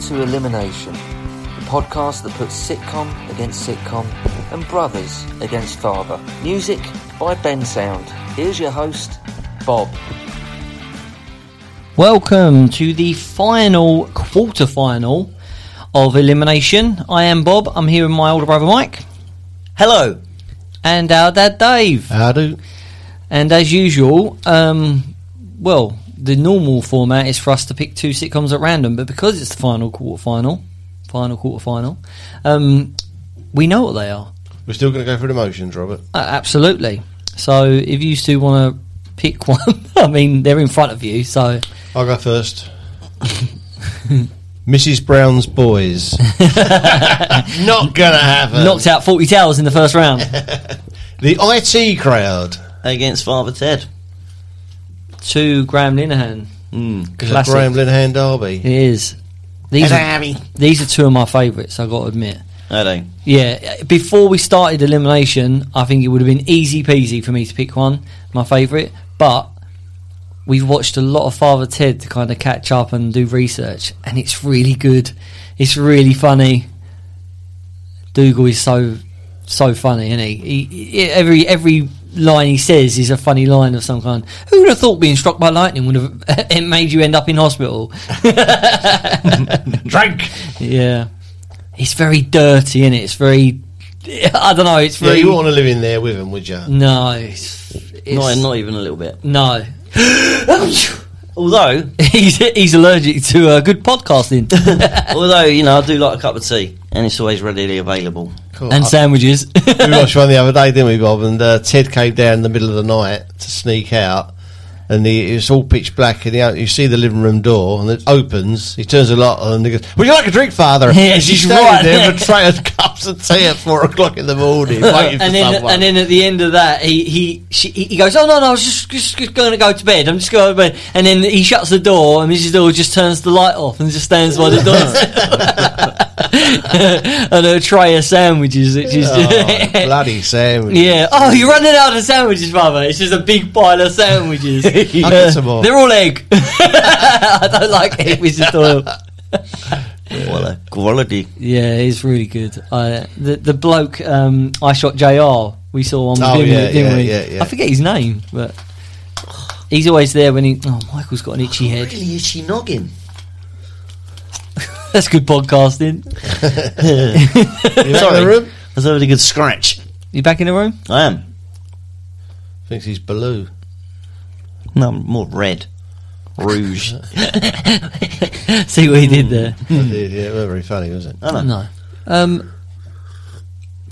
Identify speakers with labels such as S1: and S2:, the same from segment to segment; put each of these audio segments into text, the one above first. S1: through elimination, the podcast that puts sitcom against sitcom and brothers against father. Music by Ben Sound. Here's your host, Bob.
S2: Welcome to the final quarterfinal of elimination. I am Bob. I'm here with my older brother Mike. Hello. And our dad Dave.
S3: I do.
S2: And as usual, um, well, the normal format is for us to pick two sitcoms at random, but because it's the final quarterfinal, final quarterfinal, um, we know what they are.
S3: We're still going to go through the motions, Robert.
S2: Uh, absolutely. So if you two want to pick one, I mean, they're in front of you, so.
S3: I'll go first. Mrs. Brown's boys. Not going to happen.
S2: Knocked out 40 towers in the first round.
S3: the IT crowd.
S4: against Father Ted.
S2: to Graham Linehan.
S3: Because of
S2: Classic.
S3: Graham Hand Derby.
S2: It is. These are, these are two of my favourites, I've got to admit.
S4: I don't.
S2: Yeah, before we started elimination, I think it would have been easy peasy for me to pick one, my favourite. But we've watched a lot of Father Ted to kind of catch up and do research, and it's really good. It's really funny. Dougal is so so funny, isn't he? He- he every every line he says is a funny line of some kind. Who would have thought being struck by lightning would have it made you end up in hospital?
S3: Drink!
S2: Yeah, it's very dirty, is it? It's very I don't know. It's
S3: Yeah,
S2: very
S3: you Mm. wouldn't want to live in there with him, would you?
S2: No, it's, it's
S4: Not, not even a little bit.
S2: no.
S4: Although,
S2: he's he's allergic to uh, good podcasting
S4: although you know, I do like a cup of tea, and it's always readily available.
S3: Cool.
S2: and sandwiches.
S3: we watched one the other day, didn't we, Bob? And uh, Ted came down in the middle of the night to sneak out, and the, it's all pitch black. And the, you see the living room door, and it opens. He turns a lot, and he goes, "Would you like a drink, Father?"
S2: Yeah,
S3: and she's
S2: she's
S3: standing
S2: right.
S3: there with a tray of cups of tea at four o'clock in the morning, waiting for
S2: and then
S3: someone.
S2: and then at the end of that, he he she, he goes, "Oh no, no, I was just, just, just going to go to bed. I'm just going to bed." And then he shuts the door, and Mrs. Doyle just turns the light off and just stands by the door and a tray of sandwiches, which is.
S3: Oh, bloody sandwich!
S2: Yeah. Oh, you're running out of sandwiches, Mother. It's just a big pile of sandwiches.
S3: I'll get some more.
S2: They're all egg. I don't like egg, Mrs. Doyle.
S4: What a quality!
S2: Yeah, it's really good. I, the the bloke um, I shot Jr. We saw on
S3: Oh,
S2: didn't,
S3: yeah,
S2: we, didn't
S3: yeah,
S2: we?
S3: yeah, yeah.
S2: I forget his name, but he's always there when he. Oh, Michael's got an itchy head.
S4: Really, is she noggin?
S2: That's good podcasting.
S3: You back in the room?
S4: That's a really good scratch.
S2: You back in the room?
S4: I am.
S3: Thinks he's Baloo.
S4: No, I'm more red. Rouge.
S2: See what he did there.
S3: I did, yeah, it wasn't very funny, was it?
S4: I don't know.
S2: No. Um,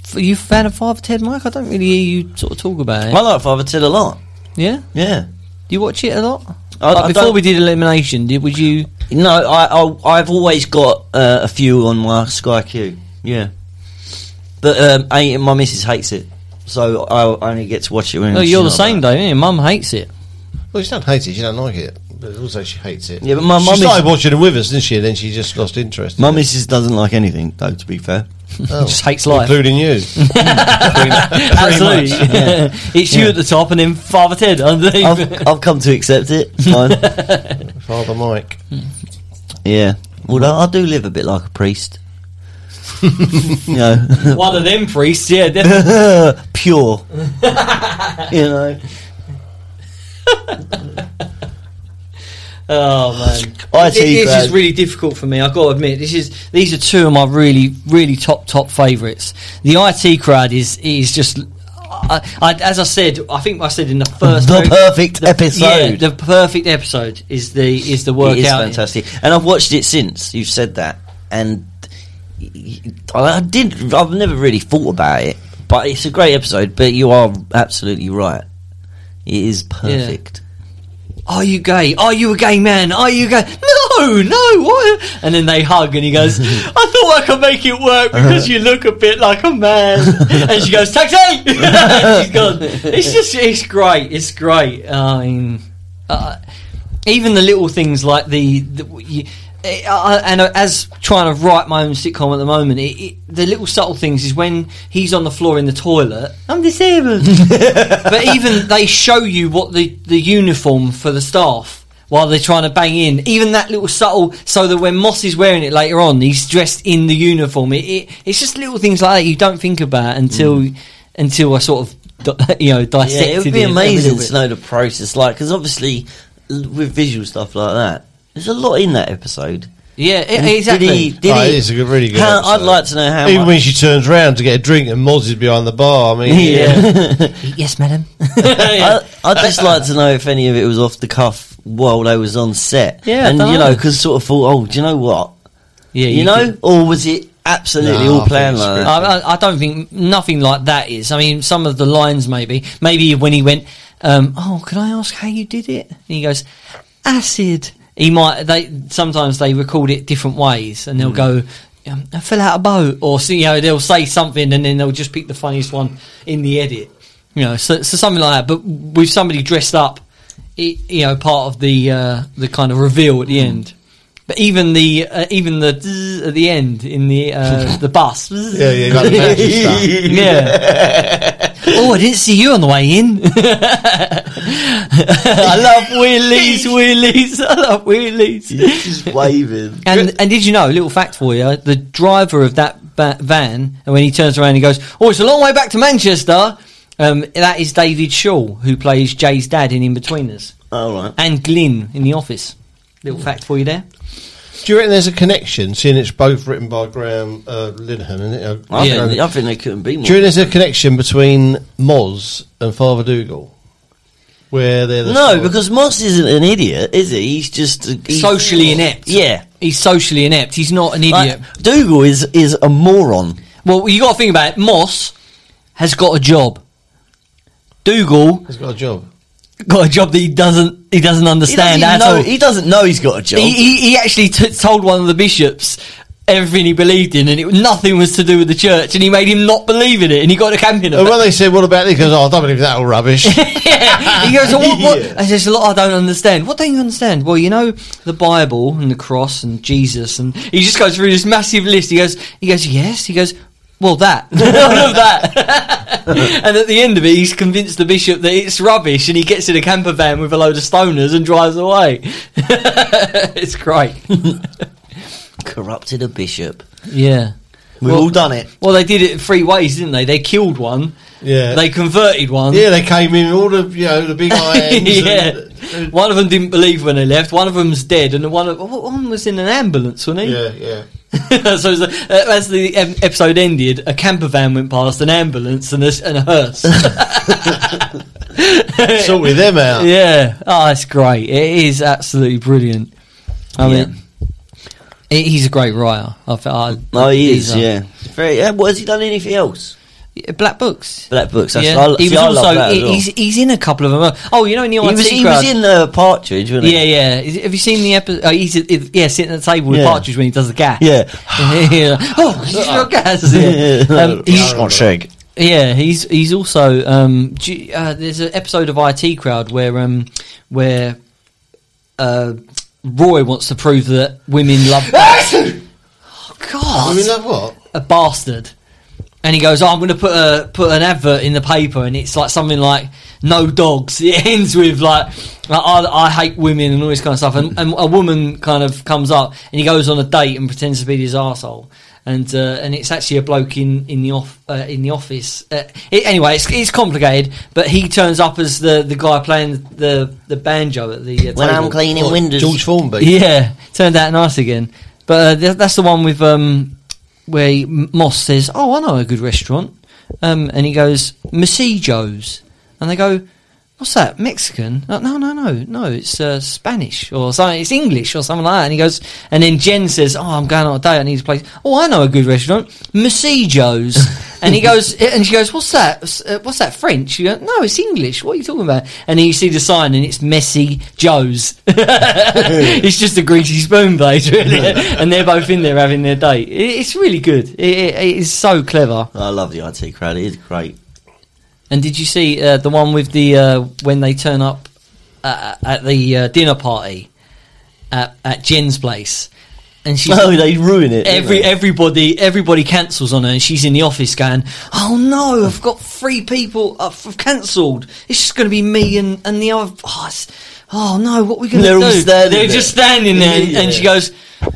S2: f- are you a fan of Father Ted, Mike? I don't really hear you sort of talk about it.
S4: I like Father Ted a lot.
S2: Yeah.
S4: Yeah.
S2: Do you watch it a lot?
S4: I,
S2: Like,
S4: I
S2: before
S4: don't-
S2: we did elimination, did would you?
S4: No, I, I I've always got uh, a few on my Sky Q. Yeah, but um, I, my missus hates it, so I only get to watch it when.
S2: No,
S4: she's
S2: oh, you're the
S4: not
S2: same
S4: about.
S2: though. Your mum hates it.
S3: Well, she do not hate it. She do not like it. But also, she hates it.
S4: Yeah, but my
S3: she
S4: mum is-
S3: started watching it with us, didn't she? And then she just lost interest. in
S4: My
S3: it.
S4: missus doesn't like anything, though. To be fair,
S3: Oh.
S2: Just hates life.
S3: including you.
S2: Absolutely. it's you at the top and then Father Ted underneath.
S4: I've, I've come to accept it. It's Fine.
S3: Father Mike.
S4: yeah. Although I do live a bit like a priest. you know,
S2: One of them priests, yeah. definitely.
S4: pure. you know,
S2: oh man,
S4: I
S2: Th- this
S4: Brad.
S2: is really difficult for me. I've got to admit, this is these are two of my really, really top top favourites. The IT crowd is is just, I, I, as I said, I think I said in the first
S4: the
S2: very-
S4: perfect episode.
S2: Yeah, the perfect episode is the is the workout.
S4: It is fantastic, and I've watched it since you've said that, and I I did. I've never really thought about it, but it's a great episode. But you are absolutely right; it is perfect.
S2: Are you gay? Are you a gay man? Are you gay? No, no. What? And then they hug, and he goes, "I thought I could make it work because you look a bit like a man." and she goes, "Taxi!" She's gone. It's just, it's great. It's great. I mean, uh, even the little things like the, the you, eh, I, and uh, as trying to write my own sitcom at the moment, it, it, the little subtle things is when he's on the floor in the toilet. I'm disabled, but even they show you what the the uniform for the staff. while they're trying to bang in. Even that little subtle, so that when Moss is wearing it later on, he's dressed in the uniform. It, it it's just little things like that you don't think about until until I sort of di- you know
S4: Yeah,
S2: dissected
S4: it would be
S2: a
S4: amazing
S2: little bit.
S4: to know the process, like because obviously l- with visual stuff like that, there's a lot in that episode.
S2: Yeah, i-
S4: And
S2: exactly.
S4: Did he? Did
S3: Oh,
S4: he
S3: it is a good- really good
S4: How, I'd
S3: episode.
S4: like to know how.
S3: Even
S4: much-
S3: when she turns round to get a drink and Moz is behind the bar, I mean,
S4: yeah.
S2: yes, madam.
S4: I, I'd just like to know if any of it was off the cuff while they was on set.
S2: Yeah,
S4: and
S2: I
S4: you know,
S2: dunno.
S4: because sort of thought, oh, do you know what?
S2: yeah,
S4: you, know, or was it absolutely
S3: No, I
S4: all planned
S3: think
S4: like
S3: it's
S4: that?
S2: I, I, I don't think nothing like that is. I mean, some of the lines maybe, maybe when he went, um, "Oh, can I ask how you did it?" and he goes, "Acid." He might. They sometimes they record it different ways, and they'll go. Um, I fell out a boat, or so, you know, they'll say something, and then they'll just pick the funniest one in the edit, you know, so, so something like that. But with somebody dressed up, it, you know, part of the uh, the kind of reveal at the end. But even the uh, even the zzz at the end in the uh, the bus,
S3: yeah, yeah, like the magic stuff.
S2: yeah. oh, I didn't see you on the way in. I love wheelies, wheelies. I love wheelies.
S4: just waving.
S2: And and did you know, little fact for you, the driver of that ba- van, and when he turns around, he goes, "Oh, it's a long way back to Manchester." Um, that is David Shaw, who plays Jay's dad in In Between Us,
S4: All right.
S2: and Glyn in The Office. Little fact for you there.
S3: Do you reckon there's a connection, seeing it's both written by Graham uh, Linehan? Isn't it?
S4: I,
S2: Yeah.
S4: think, I think they couldn't be more.
S3: Do you reckon there's a connection between Moz and Father Dougal? Where they're the
S4: no,
S3: sort of-
S4: because Moss isn't an idiot, is he? He's just a- he's-
S2: Socially inept.
S4: Yeah,
S2: He's socially inept. He's not an idiot.
S4: like, Dougal is is a moron.
S2: Well, you got to think about it. Moss has got a job. Dougal
S3: he's got a job.
S2: got a job that he doesn't he doesn't
S4: He
S2: understand
S4: doesn't, even
S2: at
S4: know,
S2: all.
S4: he doesn't know he's got a job.
S2: He, he, he actually t- told one of the bishops everything he believed in, and it, nothing was to do with the church, and he made him not believe in it, and he got a campaign of
S3: And when
S2: it.
S3: Oh, they said, "What about this?" He goes, "Oh, I don't believe that all rubbish."
S2: Yeah. He goes, "Oh, what, what? I says, a lot I don't understand. What don't you understand? Well, you know, the Bible and the cross and Jesus, and he just goes through this massive list. He goes, he goes, yes. He goes, well, that, all of that. and at the end of it, he's convinced the bishop that it's rubbish, and he gets in a camper van with a load of stoners and drives away. it's great.
S4: corrupted a bishop.
S2: Yeah.
S4: We've
S2: Well-
S4: all done it.
S2: Well, they did it in three ways, didn't they? They killed one,
S3: yeah,
S2: they converted one.
S3: yeah, they came in with all the you know the big irons.
S2: yeah.
S3: and,
S2: One of them didn't believe when they left. One of them's dead, and the one of, oh, one was in an ambulance, wasn't he?
S3: yeah, yeah.
S2: so it's like, uh, as the ep- episode ended, a camper van went past, an ambulance, and a, s- and a hearse.
S3: Sorted them out.
S2: yeah. Oh, it's great. It is absolutely brilliant. I
S4: Yeah.
S2: mean, he- he's a great writer. I, fe- I,
S4: No, Oh, he
S2: he's uh,
S4: is.
S2: a-
S4: Yeah. Very. Yeah, what has he done? Anything else?
S2: Black Books.
S4: Black books. That's,
S2: yeah.
S4: I,
S2: he
S4: see,
S2: was
S4: I
S2: also
S4: love that as well.
S2: he's, he's in a couple of them. Oh, you know, in the
S4: He was,
S2: IT
S4: he
S2: crowd.
S4: was in uh, Partridge, wasn't
S2: Yeah,
S4: he?
S2: yeah. Is- Have you seen the episode? Oh, he's at, yeah sitting at the table with
S4: Yeah.
S2: Partridge when he does the gas.
S4: Yeah.
S2: Yeah. oh, he's got gas. Yeah. Um, he's,
S3: got
S4: shag.
S2: yeah, he's he's also um, do you- uh, there's an episode of IT Crowd where um, where uh, Roy wants to prove that women love. oh God!
S3: I mean, that what?
S2: a bastard. And he goes, oh, I'm going to put a put an advert in the paper, and it's like something like no dogs. It ends with like, like, I, I hate women and all this kind of stuff. And, and a woman kind of comes up, and he goes on a date and pretends to be his asshole. And uh, and it's actually a bloke in in the off uh, in the office. Uh, it, anyway, it's, it's complicated, but he turns up as the, the guy playing the the banjo at the uh,
S4: When I'm
S2: table.
S4: cleaning
S3: What,
S4: windows,
S3: Oh, George Formby.
S2: Yeah, turned out nice again. But uh, th- that's the one with um, where he- M- Moss says, "Oh, I know a good restaurant," um, and he goes, "Missy Joe's," and they go, "What's that? Mexican?" Like, no, no, no, no. It's uh, Spanish or something. It's English or something like that. And he goes, and then Jen says, "Oh, I'm going on a date. I need a place. Oh, I know a good restaurant, Missy Joe's." and he goes, and she goes, "What's that? S- uh, What's that French?" You go, "No, it's English. What are you talking about?" And then you see the sign, and it's Messy Joe's. it's just a greasy spoon place, really. and they're both in there having their date. It, it's really good. It, it, it is so clever.
S4: I love the IT crowd. It is great.
S2: And did you see uh, the one with the uh, when they turn up uh, at the uh, dinner party at, at Jen's place, and she's
S4: No, they ruin it. didn't
S2: Every
S4: they?
S2: everybody everybody cancels on her, and she's in the office going, "Oh no, uh, I've got three people I've, I've cancelled. It's just going to be me and and the other." Oh, it's- oh no, what are we going to
S4: They're
S2: do?
S4: all standing
S2: They're
S4: there.
S2: just standing there, and- and she
S4: Yeah.
S2: goes,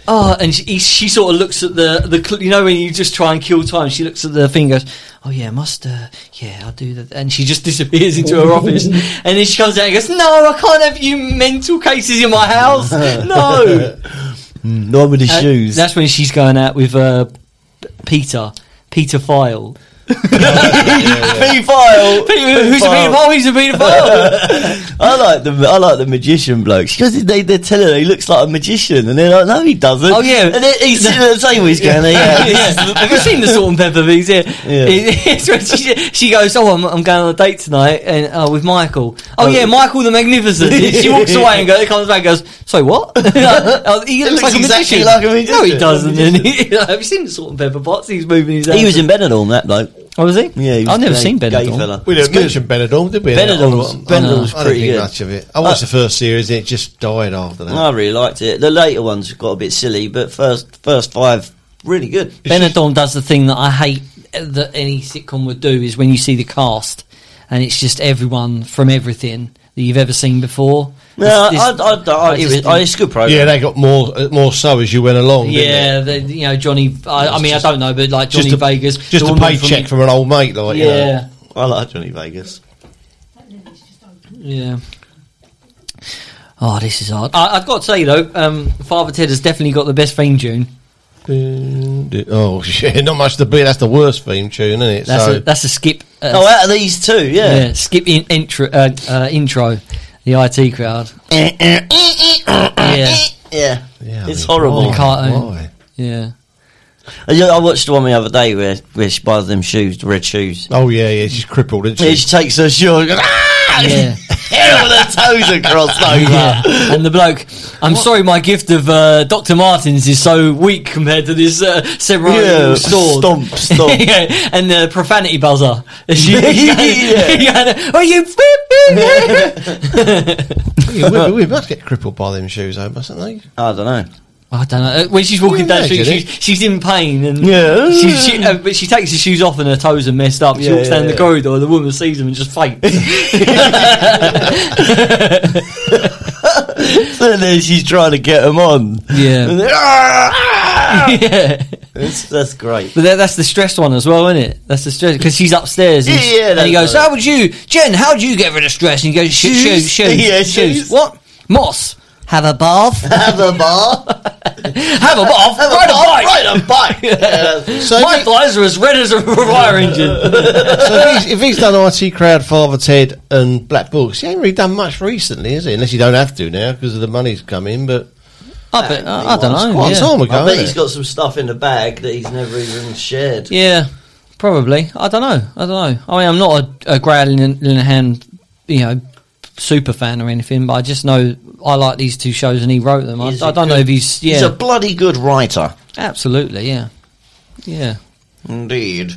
S2: oh, and she, she sort of looks at the the cl- you know when you just try and kill time. She looks at the thing, and goes, oh yeah, I must uh, yeah, I'll do that, and she just disappears into her office, and then she comes out and goes, no, I can't have you mental cases in my house, no.
S4: No one with his
S2: Uh,
S4: shoes.
S2: That's when she's going out with uh, P- Peter, Peter File.
S4: Pedophile.
S2: Who's a pedophile? He's a pedophile.
S4: I like the I like the magician bloke because they they're telling her he looks like a magician and they're like no he doesn't
S2: Oh, yeah.
S4: and then he's sitting at the table he's going yeah,
S2: Yeah. Have you seen the salt and pepper these? Yeah.
S4: Yeah.
S2: It's when she, she goes, "Oh, I'm, I'm going on a date tonight and uh, with Michael." Oh, yeah, Michael the Magnificent. she walks away and goes, comes back and goes, "So what? Oh, he looks,
S4: looks
S2: like, a
S4: exactly
S2: magician.
S4: like a magician.
S2: No, he doesn't. And he- Have you seen the salt and pepper pots? He's moving his.
S4: he was
S2: hand.
S4: in Benidorm that bloke
S2: Oh, was he?
S4: yeah he was
S2: I've never
S4: gay-
S2: seen
S4: gay
S2: Benidorm.
S4: fella.
S3: We didn't mention Benidorm, did we?
S4: Benidorm's-
S3: I don't-
S4: Benidorm's
S3: I don't
S4: pretty
S3: think
S4: good. Oh,
S3: much of it. I watched the first series and it just died after that.
S4: I really liked it the later ones got a bit silly but first first five really good
S2: Benidorm does the thing that I hate uh, that any sitcom would do is when you see the cast and it's just everyone from everything that you've ever seen before.
S4: no
S2: This-
S4: I,
S2: this-
S4: I, I,
S2: I
S4: it
S2: just
S4: was, I, it's a good program
S3: yeah, they got more uh, more so as you went along. didn't they?
S2: yeah, the, you know Johnny. I, I mean,
S3: just-
S2: I don't know, but like
S3: just
S2: Johnny
S3: a,
S2: Vegas,
S3: just
S2: the
S3: a
S2: woman
S3: paycheck from, an old mate, like you know.
S2: yeah,
S4: I like Johnny Vegas
S2: yeah. Oh, this is hard. I, I've got to say though, um, Father Ted has definitely got the best theme tune.
S3: Oh shit! Not much to beat. That's the worst theme tune, isn't it?
S2: That's
S3: so
S2: a, that's a skip. Uh,
S4: oh out of these two yeah,
S2: yeah, skip in, intro. Uh, uh, intro. The IT crowd. yeah,
S4: yeah.
S3: yeah, I
S4: It's
S3: mean,
S4: horrible.
S3: why?
S2: Cartoon.
S3: Why?
S2: yeah.
S4: I, I watched one the other day where where she buys them shoes the red shoes
S3: Oh yeah, yeah. She's crippled. Isn't
S4: Yeah,
S3: she?
S4: she takes her shoes. Ah!
S2: Yeah.
S4: Hell, her toes are crossed over.
S2: Yeah. And the bloke, I'm sorry, my gift of uh, Dr. Martins is so weak compared to this uh, ceremonial
S4: Yeah,
S2: sword.
S4: stomp, stomp.
S2: yeah, and the profanity buzzer. She,
S4: Yeah.
S2: oh, you.
S3: Yeah, we, we must get crippled by them shoes, though, mustn't they?
S4: I don't know.
S2: I don't know. Uh, When she's walking
S3: Can you
S2: down the street,
S3: imagine
S2: she's, she's in pain, and
S4: Yeah.
S2: she, she, uh, but she takes her shoes off, and her toes are messed up. She
S4: Yeah,
S2: walks down
S4: yeah,
S2: the
S4: yeah.
S2: corridor, and the woman sees them and just faints.
S4: So then she's trying to get them on.
S2: Yeah.
S4: And then, "Ah, ah."
S2: yeah,
S4: that's, that's great.
S2: but that, that's the stress one as well, isn't it? That's the stress because she's upstairs, and,
S4: Yeah, yeah,
S2: and he
S4: that's
S2: goes,
S4: right.
S2: "How would you, Jen? How would you get rid of stress?" And he goes, "Shoes, shoes, shoes,
S4: Yeah,
S2: shoes.
S4: shoes.
S2: What? Moss? Have a bath?
S4: Have a bar.
S2: Have a bath? Ride a bike?
S4: Ride a bike. Yeah, that's-
S3: So,
S2: My
S3: if, he-
S2: thighs are as red as a fire engine.
S3: so if, he's, if he's done IT Crowd, Father Ted, and Black Books, he ain't really done much recently, has he? Unless you don't have to now because of the money's come in. But
S2: I, bet, I, I
S4: Well,
S2: don't
S4: it's
S2: know.
S3: quite
S2: yeah.
S3: a time ago.
S4: I bet
S3: isn't
S4: he's
S3: it?
S4: got some stuff in the bag that he's never even shared.
S2: Yeah, probably. I don't know. I don't know. I mean, I'm not a, a Graham Lin- Linehan, you know, super fan or anything, but I just know I like these two shows and he wrote them. I, I
S4: He's
S2: don't
S4: a
S2: know
S4: good-
S2: if he's yeah,
S4: He's a bloody good writer.
S2: absolutely yeah, yeah.
S4: Indeed.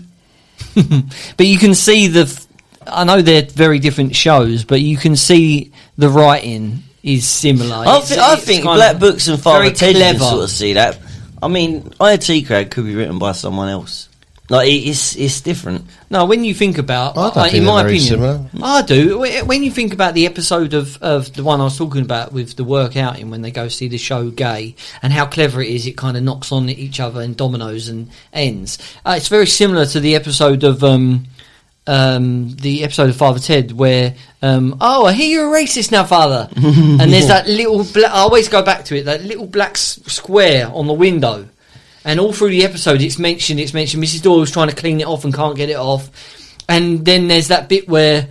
S2: But you can see the. f- I know they're very different shows, but you can see the writing is similar.
S4: I,
S2: It's-
S4: thi- I
S2: it's
S4: think
S2: kind
S4: Black
S2: of
S4: Books and Father
S2: very
S4: Ted
S2: clever.
S4: can sort of see that. I mean, IoT Crowd could be written by someone else. Like, it- it's, it's different.
S2: No, when you think about,
S3: I don't
S2: uh,
S3: think
S2: in
S3: they're
S2: my
S3: very
S2: opinion,
S3: similar.
S2: I do. Wh- When you think about the episode of, of the one I was talking about with the workout in when they go see the show Gay and how clever it is, it kind of knocks on each other and dominoes and ends. Uh, it's very similar to the episode of um, um, the episode of Father Ted where um, oh I hear you're a racist now, Father, and there's that little. Bla- I always go back to it. That little black s- square on the window. And all through the episode, it's mentioned, it's mentioned. Mrs. Doyle's trying to clean it off and can't get it off. And then there's that bit where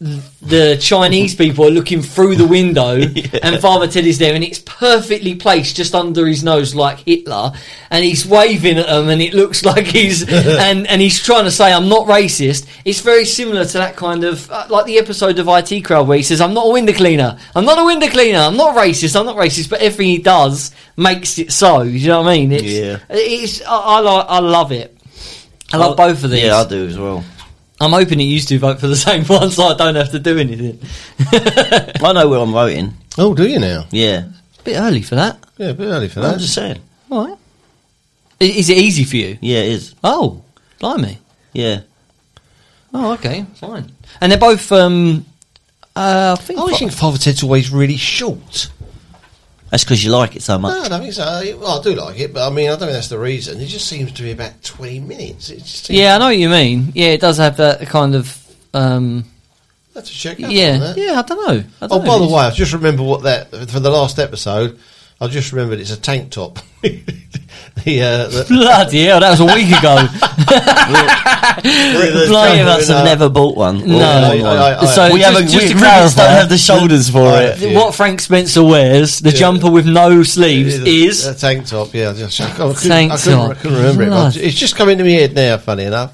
S2: th- the Chinese people are looking through the window, and Father Ted is there, and it's perfectly placed just under his nose, like Hitler. And he's waving at them, and it looks like he's and and he's trying to say, "I'm not racist." It's very similar to that kind of uh, like the episode of IT Crowd where he says, "I'm not a window cleaner. I'm not a window cleaner. I'm not racist. I'm not racist." But everything he does makes it so. You know what I mean? It's,
S4: Yeah.
S2: It's I, I, like- I love it. I love both of these.
S4: Yeah, I do as well.
S2: I'm hoping it used to vote for the same one, so I don't have to do anything.
S4: I know where I'm voting.
S3: Oh, do you now?
S4: Yeah.
S2: Bit early for that.
S3: Yeah, a bit early for
S4: I'm
S3: that.
S4: just saying.
S2: All right. I- Is it easy for you?
S4: Yeah, it is.
S2: Oh, blimey.
S4: Yeah.
S2: Oh, okay, fine. And they're both um, Uh, I think.
S3: I always think Father Ted's always really short.
S4: That's because you like it so
S3: No,
S4: much.
S3: I don't think so. I- Well, I do like it, but I mean, I don't think that's the reason. It just seems to be about 20 minutes. It just seems,
S2: yeah, I know what you mean. Yeah, it does have that kind of. Um,
S3: That's a check out on
S2: yeah,
S3: that.
S2: yeah. I don't know. I
S3: Oh,
S2: don't know.
S3: by the way, I just remember what that for the last episode. I just remembered it's a tank top. the, uh, the,
S2: Bloody hell, that was a week ago.
S3: the-
S4: Three of
S3: the- uh,
S4: us have never bought one.
S2: No.
S4: Or worn
S3: I- I-
S4: one.
S3: I-
S2: So
S4: We
S2: just,
S4: haven't.
S2: just
S4: We
S2: to
S4: ribbons don't
S2: clarify,
S4: have the shoulders for
S3: I-
S4: it.
S3: yeah.
S2: What Frank Spencer wears, the jumper with no sleeves,
S3: It
S2: is
S3: a, a tank top. Yeah, I just, I couldn't,
S2: Tank
S3: I couldn't,
S2: top.
S3: I couldn't remember it. But it's just coming to my head now. Funny enough,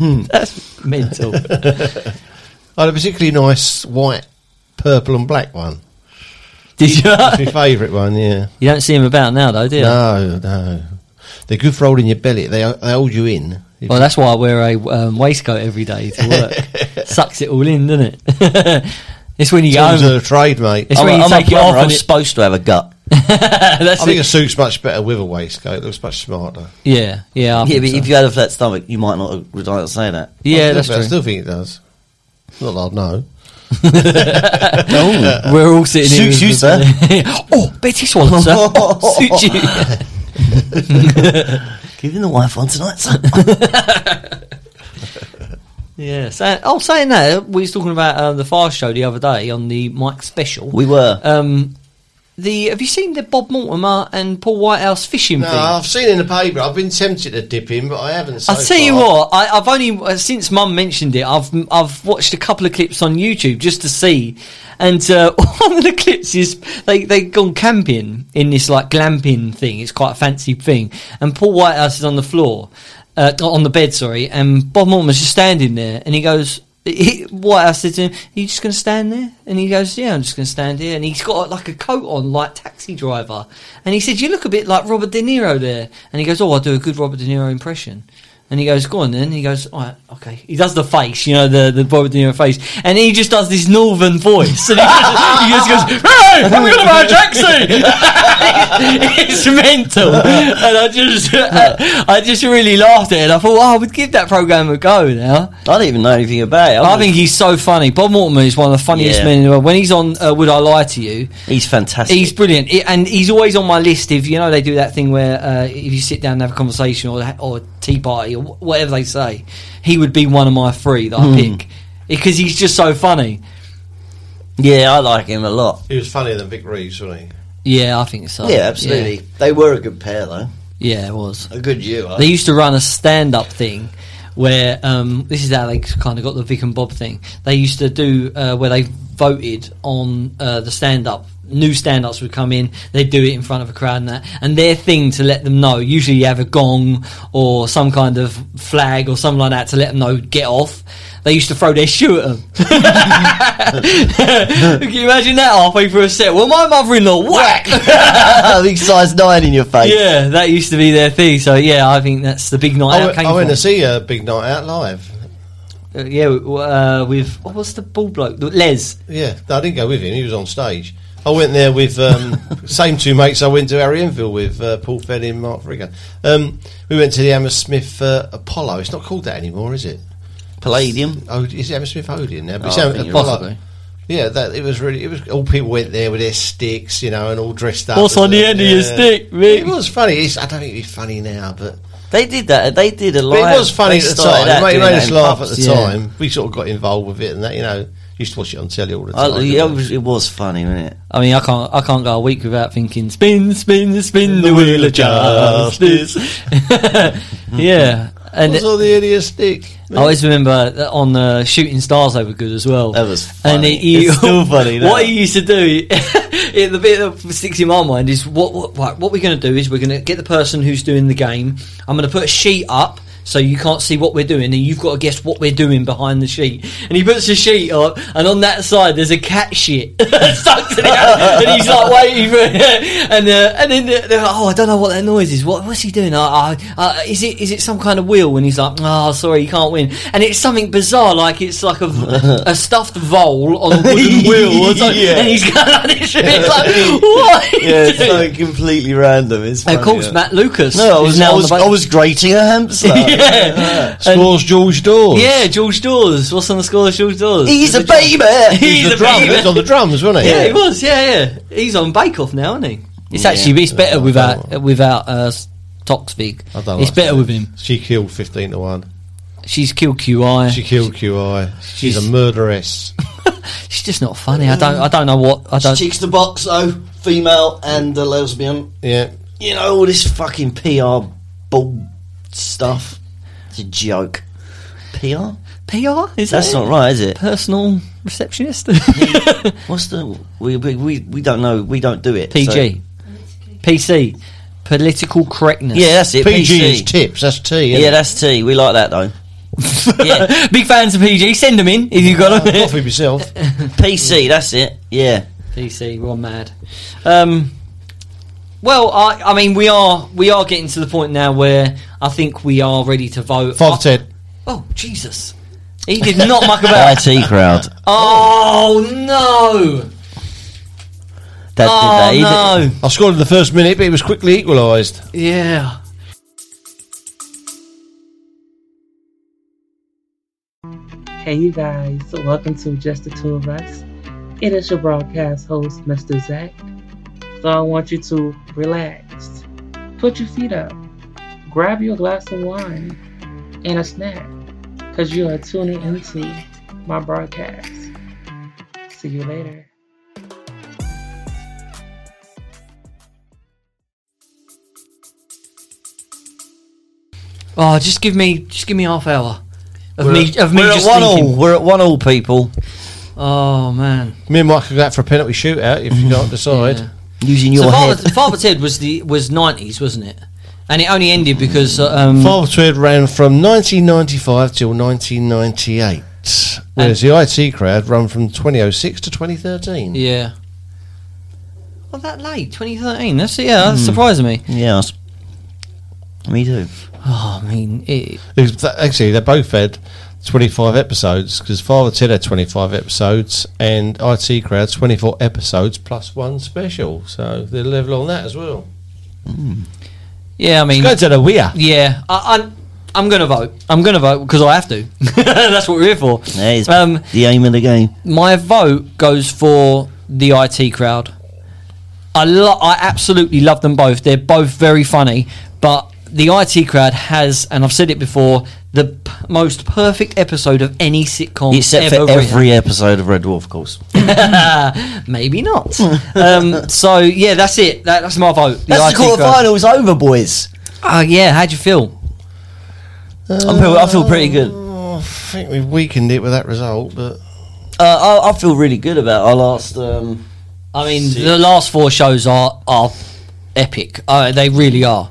S2: mental.
S3: I had a particularly nice white, purple, and black one.
S2: Did you?
S3: It's my favourite one. Yeah.
S2: you don't see him about now, though, do you?
S3: No, no. They're good for holding your belly. They they hold you in. If
S2: Well, that's why I wear a um, waistcoat every day to work. Sucks it all in, doesn't it? it's when you
S3: you
S2: go
S3: terms
S2: home.
S3: of the trade, mate.
S2: It's
S4: I'm,
S2: when
S4: a-
S2: you
S4: I'm
S2: take it
S4: a plumber,
S2: off
S4: I'm
S2: and it,
S4: supposed to have a gut.
S2: that's
S3: I think a
S2: it.
S3: suit's much better with a waistcoat. It looks much smarter.
S2: Yeah, yeah, I
S4: Yeah,
S2: think
S4: but
S2: so.
S4: if you had a flat stomach, you might not have- would like say that.
S2: yeah,
S3: I
S2: that's
S3: still, I
S2: true.
S3: still think it does. Not that I know.
S2: We're all sitting here.
S4: Suits you,
S2: with-
S4: sir.
S2: oh, Betty Swan, sir. Suits you.
S4: Giving the wife one tonight, son.
S2: Yeah. So, oh, saying that, we was talking about um, the Fast Show the other day on the Mike special.
S4: we were.
S2: um, the have you seen the Bob Mortimer and Paul Whitehouse fishing
S3: No,
S2: thing?
S3: I've seen it in the paper. I've been tempted to dip in, but I haven't. So
S2: I'll tell you
S3: far.
S2: what. I, I've only uh, since Mum mentioned it. I've I've watched a couple of clips on YouTube just to see, and uh, one of the clips is they they gone camping in this like glamping thing. It's quite a fancy thing, and Paul Whitehouse is on the floor, uh, on the bed, sorry, and Bob Mortimer's just standing there, and he goes. He, Whitehouse said to him, "Are you just going to stand there?" And he goes, "Yeah, I'm just going to stand here." And he's got like a coat on, like taxi driver. And he said, "You look a bit like Robert De Niro there." And he goes, "Oh, I do a good Robert De Niro impression." And he goes, go on then. He goes, all right, okay. He does the face, you know, the, the Robert De Niro face. And he just does this northern voice. And he just, he just goes, hey, I'm going to buy a taxi. it's mental. And I just, I just really laughed at it. I thought, oh, I would give that program a go now.
S4: I don't even know anything about it.
S2: I think he's so funny. Bob Mortimer is one of the funniest
S4: Oh. Yeah.
S2: men in the world. When he's on uh, Would I Lie to You,
S4: he's fantastic.
S2: He's brilliant, He- and he's always on my list. If you know they do that thing where uh, if you sit down and have a conversation or or tea party or wh- whatever they say, he would be one of my three
S4: Hmm.
S2: that I pick because he's just so funny.
S4: yeah, I like him a lot.
S3: He was funnier than Vic Reeves, wasn't
S2: Yeah, I think so.
S4: yeah, absolutely. They were a good pair, though.
S2: Yeah, yeah it was.
S4: A good you.
S2: They used to run a stand-up thing where um, this is how they kind of got the Vic and Bob thing. They used to do uh, where they voted on uh, the stand-up. New stand-ups would come in. They'd do it in front of a crowd and that. And their thing to let them know. Usually, you have a gong or some kind of flag or something like that to let them know get off. They used to throw their shoe at them. Can you imagine that halfway through a set? Well, my mother-in-law whack.
S4: Big size nine in your face.
S2: Yeah, that used to be their thing. So yeah, I think that's the big
S3: he?
S2: night
S3: I
S2: out
S3: went,
S2: came
S3: I went
S2: from.
S3: to see a big night out live.
S2: Uh, yeah, w- uh, with what was the ball bloke? The- Les.
S3: Yeah, no, I didn't go with him. He was on stage. I went there with um, same two mates. I went to Harry Enfield with uh, Paul Fenny and Mark Frigga. Um, we went to the Hammersmith uh, Apollo. It's not called that anymore, is it?
S4: Palladium.
S3: Oh, is it Hammersmith Odeon now? But
S4: Oh,
S3: it's
S4: I
S3: Ham-
S4: think you're
S3: Apollo.
S4: possibly.
S3: Yeah, that, it was really. It was all people went there with their sticks, you know, and all dressed up.
S2: What's
S3: as
S2: on the
S3: a-
S2: end of your
S3: yeah.
S2: stick, Mick?
S3: It was funny. It's, I don't think it'd be funny now, but,
S4: They did that. They did a
S3: but
S4: live.
S3: it was funny at
S4: they
S3: the
S4: started
S3: time.
S4: out
S3: It made, it
S4: doing
S3: made
S4: that
S3: us
S4: in
S3: laugh
S4: pubs.
S3: at the
S2: yeah.
S3: time. We sort of got involved with it, and that you know, used to watch it on telly all the time.
S4: I,
S3: didn't
S4: it,
S3: we?
S4: was, it was funny, wasn't it?
S2: I mean, I can't, I can't go a week without thinking spin, spin, spin the, wheel of justice.
S4: Mm-hmm.
S2: yeah, and
S3: What's on the end of your stick?
S4: Oh,
S2: I always remember that on uh, Shooting Stars they were good as well.
S4: That was funny. It's still funny now.
S2: What he used to do, it, the bit that sticks in my mind is what what, right, what we're going to do is we're going to get the person who's doing the game. I'm going to put a sheet up. So you can't see what we're doing, and you've got to guess what we're doing behind the sheet. And he puts the sheet up, and on that side there's a cat shit stuck to the cat, and he's like waiting for it. And uh, and then they're, they're like, oh, I don't know what that noise is. What what's he doing? Uh, uh, uh, is it is it some kind of wheel? And he's like, oh, sorry, you can't win. And it's something bizarre, like it's like a, a stuffed vole on a wooden wheel, or something.
S4: Yeah.
S2: and he's going like this. And it's like what?
S4: Yeah,
S2: Yeah,
S4: it's like completely random. It's
S2: of course,
S4: funny,
S2: Matt Lucas.
S4: No, I
S2: is
S4: was,
S2: now
S4: I
S2: on
S4: was,
S2: the boat.
S4: I was grating a hamster.
S2: yeah. And-
S3: Scores George Dawes.
S2: yeah, George Dawes. What's on the score of George Dawes?
S4: He's a
S2: Did you-
S4: baby.
S2: He's
S3: He's the
S2: a
S3: drum.
S2: baby.
S3: He was on the drums, wasn't he?
S2: Yeah, he was. Yeah, yeah. He's on Bake Off now, isn't he? It's
S4: Yeah.
S2: actually it's better
S3: I
S2: without
S3: don't-
S2: without uh, s- Toxvig.
S3: I don't
S2: It's
S3: like
S2: better
S3: that.
S2: with him.
S3: She killed 15 to 1.
S2: She's killed QI.
S3: She killed QI. She's,
S2: She's-
S3: a murderess.
S2: She's just not funny. I don't. I don't know what. I
S4: She
S2: don't.
S4: cheeks the box though, female and a lesbian.
S3: Yeah.
S4: You know all this fucking PR bull stuff. It's a joke. PR?
S2: PR is
S4: That's
S2: that it?
S4: not right, is it?
S2: Personal receptionist.
S4: What's the we we we, we don't know. We don't do it.
S2: PG. PC. Political
S4: so-
S2: correctness.
S4: Yeah, that's it.
S3: PG
S4: PC.
S3: is tips. That's T.
S4: yeah, that's T. We like that though. yeah.
S2: Big fans of PG. Send them in if you got them.
S3: Coffee myself.
S4: PC. That's it. Yeah.
S2: PC, we're all mad. Um, well, I, I mean, we are we are getting to the point now where I think we are ready to vote.
S3: Five to 10.
S2: Oh, Jesus! He did not muck about.
S4: IT crowd.
S2: oh no!
S4: That
S2: Oh
S4: did that.
S2: no!
S3: I scored in the first minute, but it was quickly equalised.
S2: Yeah.
S5: Hey, you guys, welcome to Just the Two of Us. It is your broadcast host, Mr. Zach. So I want you to relax, put your feet up, grab your glass of wine and a snack, because you are tuning into my broadcast. See you later.
S2: Oh, just give me just give me half hour of
S4: We're
S2: me
S4: at-
S2: of me
S4: We're
S2: just
S4: at one
S2: thinking.
S4: all. We're at one all, people.
S2: Oh man!
S3: Me and Mike could go out for a penalty shootout if
S4: Mm-hmm.
S3: you can't decide.
S2: Yeah.
S4: Using your
S2: So
S4: head.
S2: Father, Father Ted was the was nineties, wasn't it? And it only ended because um,
S3: Father Ted ran from 1995 till 1998, whereas the IT crowd run from 2006 to 2013.
S2: Yeah. Well, that late, 2013. That's yeah, that's surprising me.
S4: Yeah. Me too.
S2: Oh, I mean, it,
S3: It was- Actually, they both had 25 episodes because Father Ted had 25 episodes and IT Crowd 24 episodes plus one special. So they're level on that as well.
S2: yeah, I mean,
S3: Go to the weir.
S2: yeah, I, I'm I'm gonna vote. I'm gonna vote because I have to. that's what we're here for.
S4: That is
S2: Um,
S4: the aim of the game.
S2: my vote goes for the IT crowd. I lo- I absolutely love them both. They're both very funny, but the IT crowd has, and I've said it before, the p- most perfect episode of any sitcom
S4: Except
S2: ever
S4: for
S2: written.
S4: every episode of Red Dwarf, of course.
S2: Maybe not. um, so yeah, that's it. That, that's my vote. IT crowd.
S4: over, boys.
S2: Oh yeah, how'd you feel?
S4: I feel, I feel pretty good.
S3: Oh, I think we've weakened it with that result, but
S4: Uh, I, I feel really good about our last. Um,
S2: I mean, the last four shows are are epic. Uh, they really are.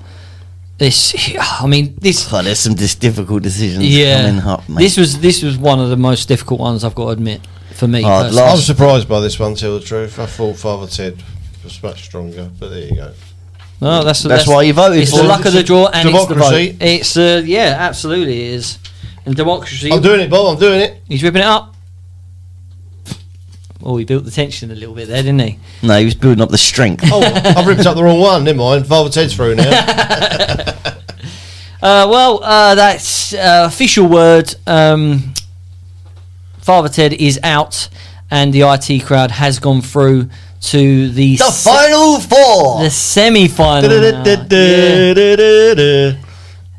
S2: This, I mean, this.
S4: God, there's some dis- difficult decisions
S2: Yeah,
S4: coming up, mate.
S2: this was this was one of the most difficult ones I've got to admit for me.
S4: Oh,
S2: personally.
S4: last-
S3: I was surprised by this one, to tell the truth. I thought Father Ted was much stronger, but there you go.
S2: no, that's
S4: that's why you voted
S2: It's
S4: for
S2: the
S4: it.
S2: luck of the draw and
S3: Democracy.
S2: it's the vote. It's uh, yeah, absolutely it is. And democracy.
S3: I'm doing it, Bob. I'm doing it.
S2: He's ripping it up. Well, he built the tension a little bit there, didn't he?
S4: no, he was building up the strength.
S3: Oh, I've ripped up the wrong one. Never mind. Father Ted's through now.
S2: Uh, well, uh, that's uh, official word. Um, Father Ted is out, and the IT crowd has gone through to the
S4: the final four.
S2: the semi final.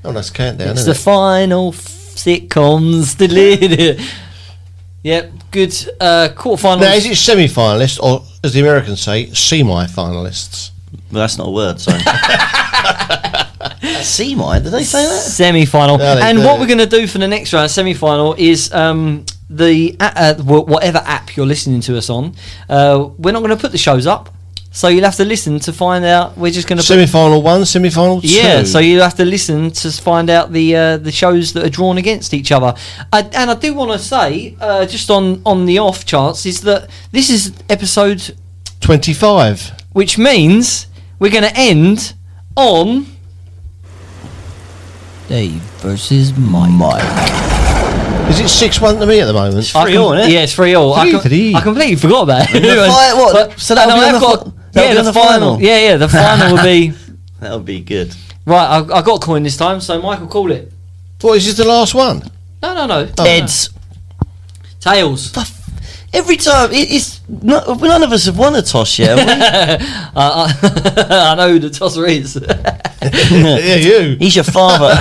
S3: Oh, nice countdown.
S2: uh, It's
S3: isn't
S2: the
S3: it?
S2: final f- sitcoms. yep, good uh,
S3: Now, is
S2: quarterfinals.
S3: it semi finalists or, as the Americans say, semi finalists?
S4: Well, that's not a word, sorry. See, mine. Did they say that?
S2: Semi final.
S3: Yeah, they
S2: and
S3: do.
S2: what we're going to do for the next round, semi final, is um, the uh, uh, wh- whatever app you're listening to us on, uh, we're not going to put the shows up. So you'll have to listen to find out. We're just going to.
S3: Semi final one, semi final two.
S2: Yeah, so you have to listen to s- find out the uh, the shows that are drawn against each other. I, and I do want to say, uh, just on on the off chance, is that this is episode
S3: 25.
S2: which means we're going to end on Dave versus Mike.
S3: Is it 6 1 to me at the moment?
S2: I
S4: Three
S2: com-
S4: all, innit?
S2: Yeah, it's three all. I,
S3: Three,
S2: com-
S3: three.
S2: I completely forgot about it.
S4: The fi- what? So that'll
S2: and
S4: be
S2: I
S4: on
S2: have
S4: the
S2: got-
S4: fi- that'll
S2: yeah,
S4: be
S2: the,
S4: on the
S2: final.
S4: final.
S2: Yeah, yeah, the final will be
S4: That would be good.
S2: right. I, I got a coin this time, so Michael, call it.
S3: What is this the last one?
S2: No, no, no.
S4: Heads.
S2: Tails.
S4: Every time, it, it's not, none of us have won a toss yet. have
S2: uh, I, I know who the tosser is.
S3: yeah, you.
S4: we? He's your father.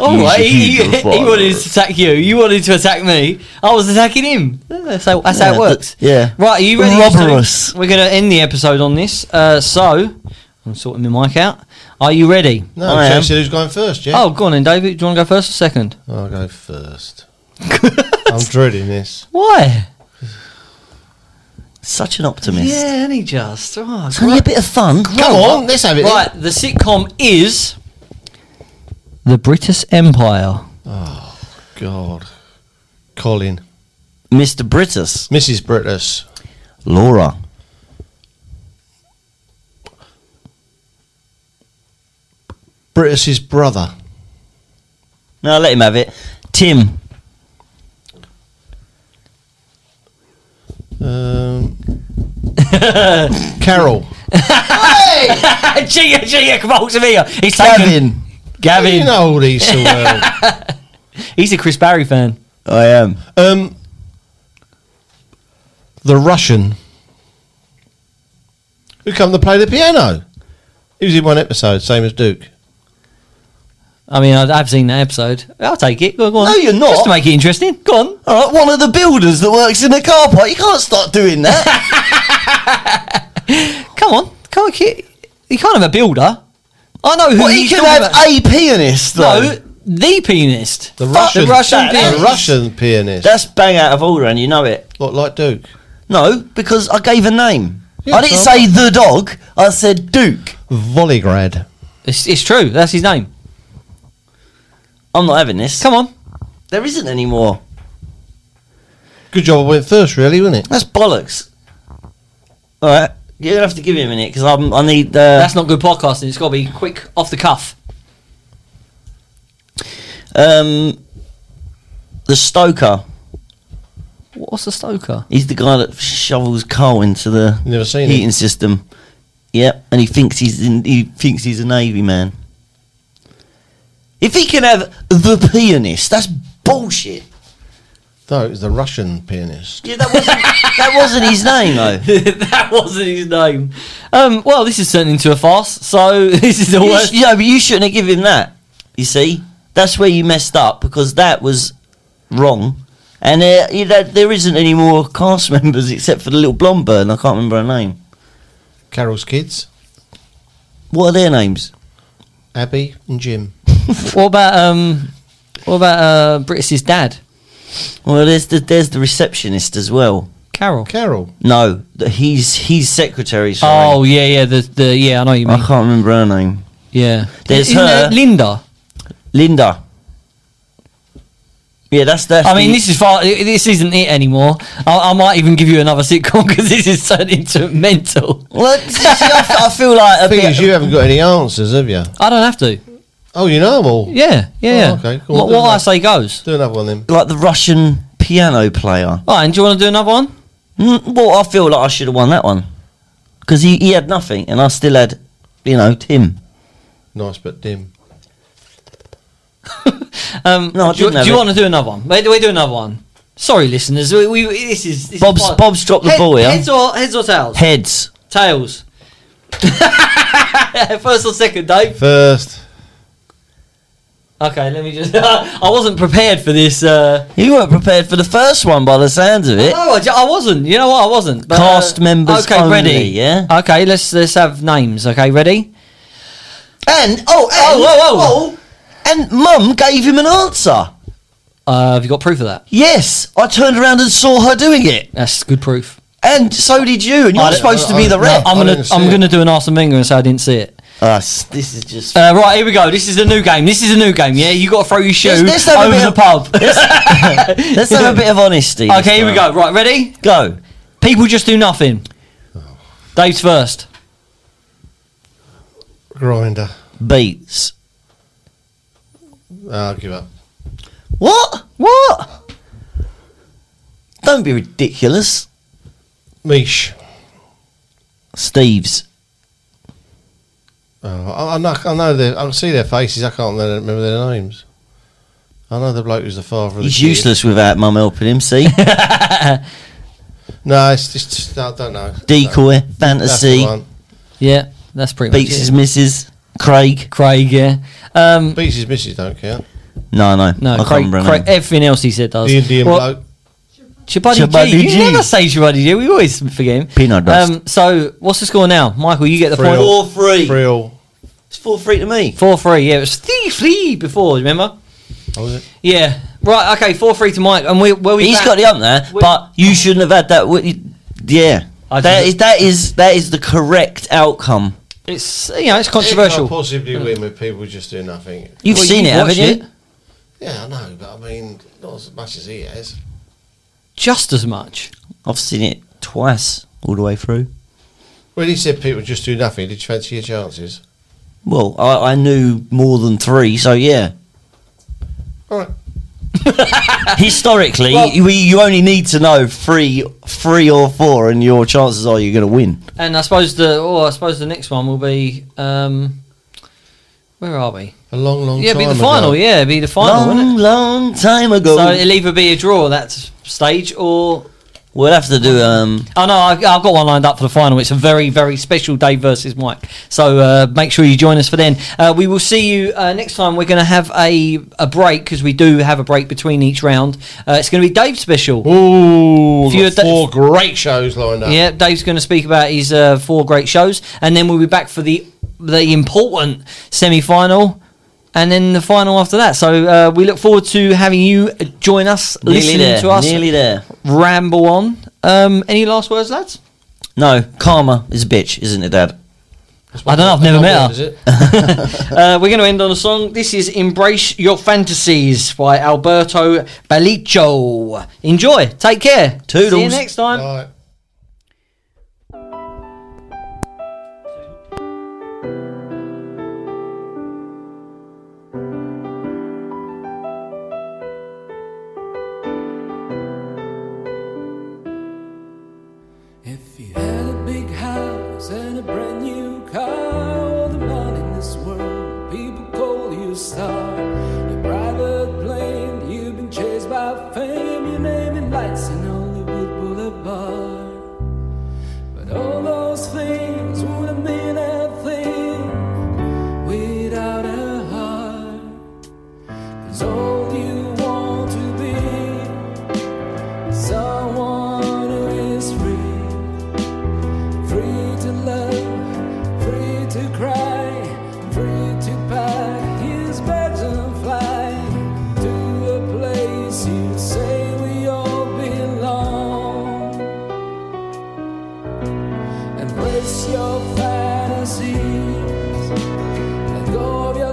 S2: Oh,
S4: He's a
S2: he, he,
S4: human
S2: he
S4: father.
S2: wanted to attack you. You wanted to attack me. I was attacking him. That's how, that's how
S4: Yeah,
S2: it works.
S4: yeah.
S2: Right, are you ready?
S4: Robberous.
S2: Stu? We're going to end the episode on this. Uh, so, I'm sorting my mic out. Are you ready?
S3: No,
S4: I
S3: so
S4: am.
S3: said who's going first, yeah?
S2: Oh, go on then, David. Do you want to go first or second?
S3: I'll go first. I'm dreading this.
S2: Why?
S4: Such an optimist.
S2: Yeah, and he just. Oh,
S4: It's only a bit of fun.
S3: Come on, let's have it. then.
S2: Right, the sitcom is The British Empire.
S3: God. Colin.
S4: Mr. Britus.
S3: Mrs. Britus.
S4: Laura.
S3: Britus's brother.
S4: No, let him have it. Tim.
S3: Um, Carol.
S2: Gia, Gia, come on to me. He's taken.
S4: Gavin.
S3: How do You
S2: Gavin.
S3: know all these so well.
S2: He's a Chris Barry fan.
S4: I am.
S3: Um, the Russian who come to play the piano. He was in one episode, same as Duke.
S2: I mean, I- I've seen that episode. I'll take it. Go, go on.
S4: No, you're not.
S2: Just to make it interesting. Go on.
S4: All right, one of the builders that works in the car park. You can't start doing that.
S2: Come on. Come on, kid. You can't have a builder. I know who
S4: Well,
S2: he's
S4: you can
S2: talking
S4: have
S2: about.
S4: a pianist, though.
S2: No, the pianist.
S3: The
S2: Fuck
S3: Russian,
S2: The Russian
S4: that.
S3: the
S2: pianist.
S3: Russian pianist.
S4: That's bang out of order, and you know it.
S3: Look like Duke.
S4: No, because I gave a name.
S3: Yeah,
S4: I didn't
S3: so-
S4: say the dog. I said Duke.
S3: Vollegrad.
S2: It's, it's true. That's his name.
S4: I'm not having this.
S2: Come on.
S4: There isn't any more.
S3: Good job I went first, really, wasn't it?
S4: That's bollocks. All right, you're gonna have to give me a minute because I'm. I need. Uh,
S2: That's not good podcasting. It's got to be quick, off the cuff.
S4: um, the stoker.
S2: What's a stoker?
S4: He's the guy that shovels coal into the
S3: Never seen
S4: heating
S3: it.
S4: system. Yep, and he thinks he's in, he thinks he's a navy man. If he can have the pianist, that's bullshit.
S3: No, it was the Russian pianist.
S4: Yeah, that wasn't that wasn't his name though.
S2: that wasn't his name. Um, well, this is turned into a farce, so this is the
S4: You
S2: worst.
S4: sh- yeah, but you shouldn't have given him that. You see, that's where you messed up because that was wrong. And uh, you know, there isn't any more cast members except for the little blonde bird. And I can't remember her name.
S3: Carol's kids,
S4: What are their names?
S3: Abby and Jim.
S2: What about um, what about uh, British's dad,
S4: Well, there's the there's the receptionist as well.
S2: Carol?
S3: Carol.
S4: No, th- he's he's secretary.
S2: Oh
S4: Sorry.
S2: yeah, yeah, the the yeah, I know what you
S4: I
S2: mean.
S4: can't remember her name.
S2: Yeah,
S4: There's
S2: Isn't
S4: her.
S2: it Linda.
S4: Linda. Yeah, that's that.
S2: I mean, this is far. This isn't it anymore. I, I might even give you another sitcom because this is turned into mental.
S4: Well, see, I, f- I feel like a
S3: The thing
S4: bit-
S3: is, you haven't got any answers, have you?
S2: I don't have to.
S3: Oh, you know them all.
S2: Yeah, yeah.
S3: Oh, okay, cool.
S2: What,
S3: Do
S2: what I
S3: that.
S2: say goes.
S3: Do another one then.
S4: like the Russian piano player.
S2: All right, and do you want to do another one?
S4: Mm, well, I feel like I should have won that one because he, he had nothing, and I still had, you know, Tim.
S3: Nice but dim.
S2: Um,
S4: No, I
S2: do, you-
S4: didn't have
S2: do you
S4: it.
S2: want to do another one? Wait, do we do another one? Sorry, listeners. We, we this is this
S4: Bob's
S2: Is part-
S4: Bob's dropped the
S2: Head-
S4: ball here.
S2: Heads or heads or tails?
S4: Heads.
S2: Tails. First or second, Dave?
S3: First.
S2: Okay, let me just. I wasn't prepared for this. Uh,
S4: You weren't prepared for the first one by the sounds of it.
S2: No, I, ju- I wasn't. You know what? I wasn't. But, uh,
S4: Cast members
S2: Okay,
S4: only,
S2: ready?
S4: yeah?
S2: Okay, let's let's have names. Okay, ready?
S4: And oh, and
S2: Oh, whoa,
S4: oh, and Mum gave him an answer.
S2: Uh, have you got proof of that?
S4: Yes, I turned around and saw her doing it,
S2: That's good proof.
S4: and so did you. And you're
S2: I-
S4: supposed to
S3: I-
S4: be the
S3: no,
S4: ref.
S2: I'm
S3: I
S2: gonna
S3: didn't see
S2: I'm
S3: it.
S2: gonna do an Arsene Wenger and say I didn't see it.
S4: Us. This is just.
S2: Uh, right, here we go. This is a new game. This is a new game. Yeah, you got to throw your shoe
S4: Let's- let's have a
S2: over
S4: bit
S2: the
S4: of-
S2: pub.
S4: Let's have a bit of honesty. this
S2: okay, here we
S4: time.
S2: go. Right, ready?
S4: Go.
S2: People just do nothing.
S3: Oh.
S2: Dave's first.
S3: Grinder.
S4: Beats.
S3: Oh, I'll give up.
S4: What? What? Don't be ridiculous.
S3: Mish.
S4: Steve's.
S3: I Oh, I, I know, I know their, I can see their faces. I can't remember remember their names. I know the bloke who's the father. of the
S4: He's
S3: kid.
S4: useless without mum helping him. See,
S3: No, it's just I don't know.
S4: decoy,
S3: That's the
S4: fantasy,
S3: one.
S2: yeah, that's pretty
S4: beats
S2: much
S4: his
S2: it.
S4: missus, Craig.
S2: Craig, yeah. Um,
S3: Beats his missus don't count.
S4: No, no,
S2: no,
S4: I
S2: Craig,
S4: can't remember.
S2: Craig, everything else he said does.
S3: The Indian
S2: Well,
S3: bloke.
S2: Chibadi
S4: Chibadi
S2: G.
S4: G.
S2: You never say Chibadi G. We always forget him.
S4: Peanut dust.
S2: Um, so, what's the score now? Michael, you get the
S3: Three
S2: point.
S3: all.
S4: four three.
S3: Real.
S4: It's four three to me.
S2: 4 3. Yeah, it was 3 3 before, remember?
S3: What was it?
S2: Yeah. Right, okay, 4 3 to Mike. And we, where we
S4: He's
S2: back-
S4: got the up there,
S2: We-
S4: but you shouldn't have had that. wi- Yeah,
S2: I
S4: that
S2: didn't-
S4: is that is that is the correct outcome.
S2: It's, you know, it's
S3: It can't
S2: controversial.
S3: possibly win with people just do nothing.
S4: You've
S2: Well,
S4: seen
S2: you
S4: it, haven't
S2: watched
S4: you?
S2: it.
S3: Yeah, I know, but I mean, not as much as he has.
S2: Just as much.
S4: I've seen it twice all the way through.
S3: When he said people just do nothing, did you fancy your chances?
S4: Well, I, I knew more than three, so yeah.
S3: All right.
S4: Historically,
S2: Well-
S4: we, you only need to know three, three or four, and your chances are you're going to win.
S2: And I suppose the oh, I suppose the next one will be um, where are we?
S3: A long, long
S2: Yeah,
S3: time
S2: be the
S3: ago.
S2: final. Yeah, be the final,
S4: long,
S2: wouldn't it?
S4: long time ago.
S2: So it'll either be a draw at that stage or
S4: we'll have to do. Um,
S2: Oh no, I, I've got one lined up for the final. It's a very, very special day versus Mike. So uh, make sure you join us for then. Uh, we will see you uh, next time. We're going to have a a break because we do have a break between each round. Uh, it's going to be Dave's special. If
S3: Ooh, we've
S2: you
S3: got
S2: had that-
S3: four great shows lined up.
S2: Yeah, Dave's going to speak about his uh, four great shows, and then we'll be back for the the important semi final. And then the final after that. So uh, we look forward to having you join us,
S4: nearly
S2: listening
S4: there.
S2: to us
S4: Nearly there.
S2: ramble on. Um, any last words, lads?
S4: No, karma is a bitch, isn't it, Dad?
S3: That's
S2: I don't know, I've never
S3: one
S2: met
S3: word,
S2: her.
S3: is it?
S2: Uh, we're going to end on a song. This is Embrace Your Fantasies by Alberto Balicho. Enjoy. Take care. See you
S4: Toodles.
S2: next time.
S3: Right.
S6: If you had a big house and a brand new car, all the money in this world, people call you a star. Your private plane, you've been chased by fame, your name in lights in Hollywood Boulevard. But all those things would have been a thing without a heart. 'Cause all you want to be Someone who is free, free to love, free to cry, free to pack his bags and fly to a place you say we all belong. Embrace your fantasies, let go of your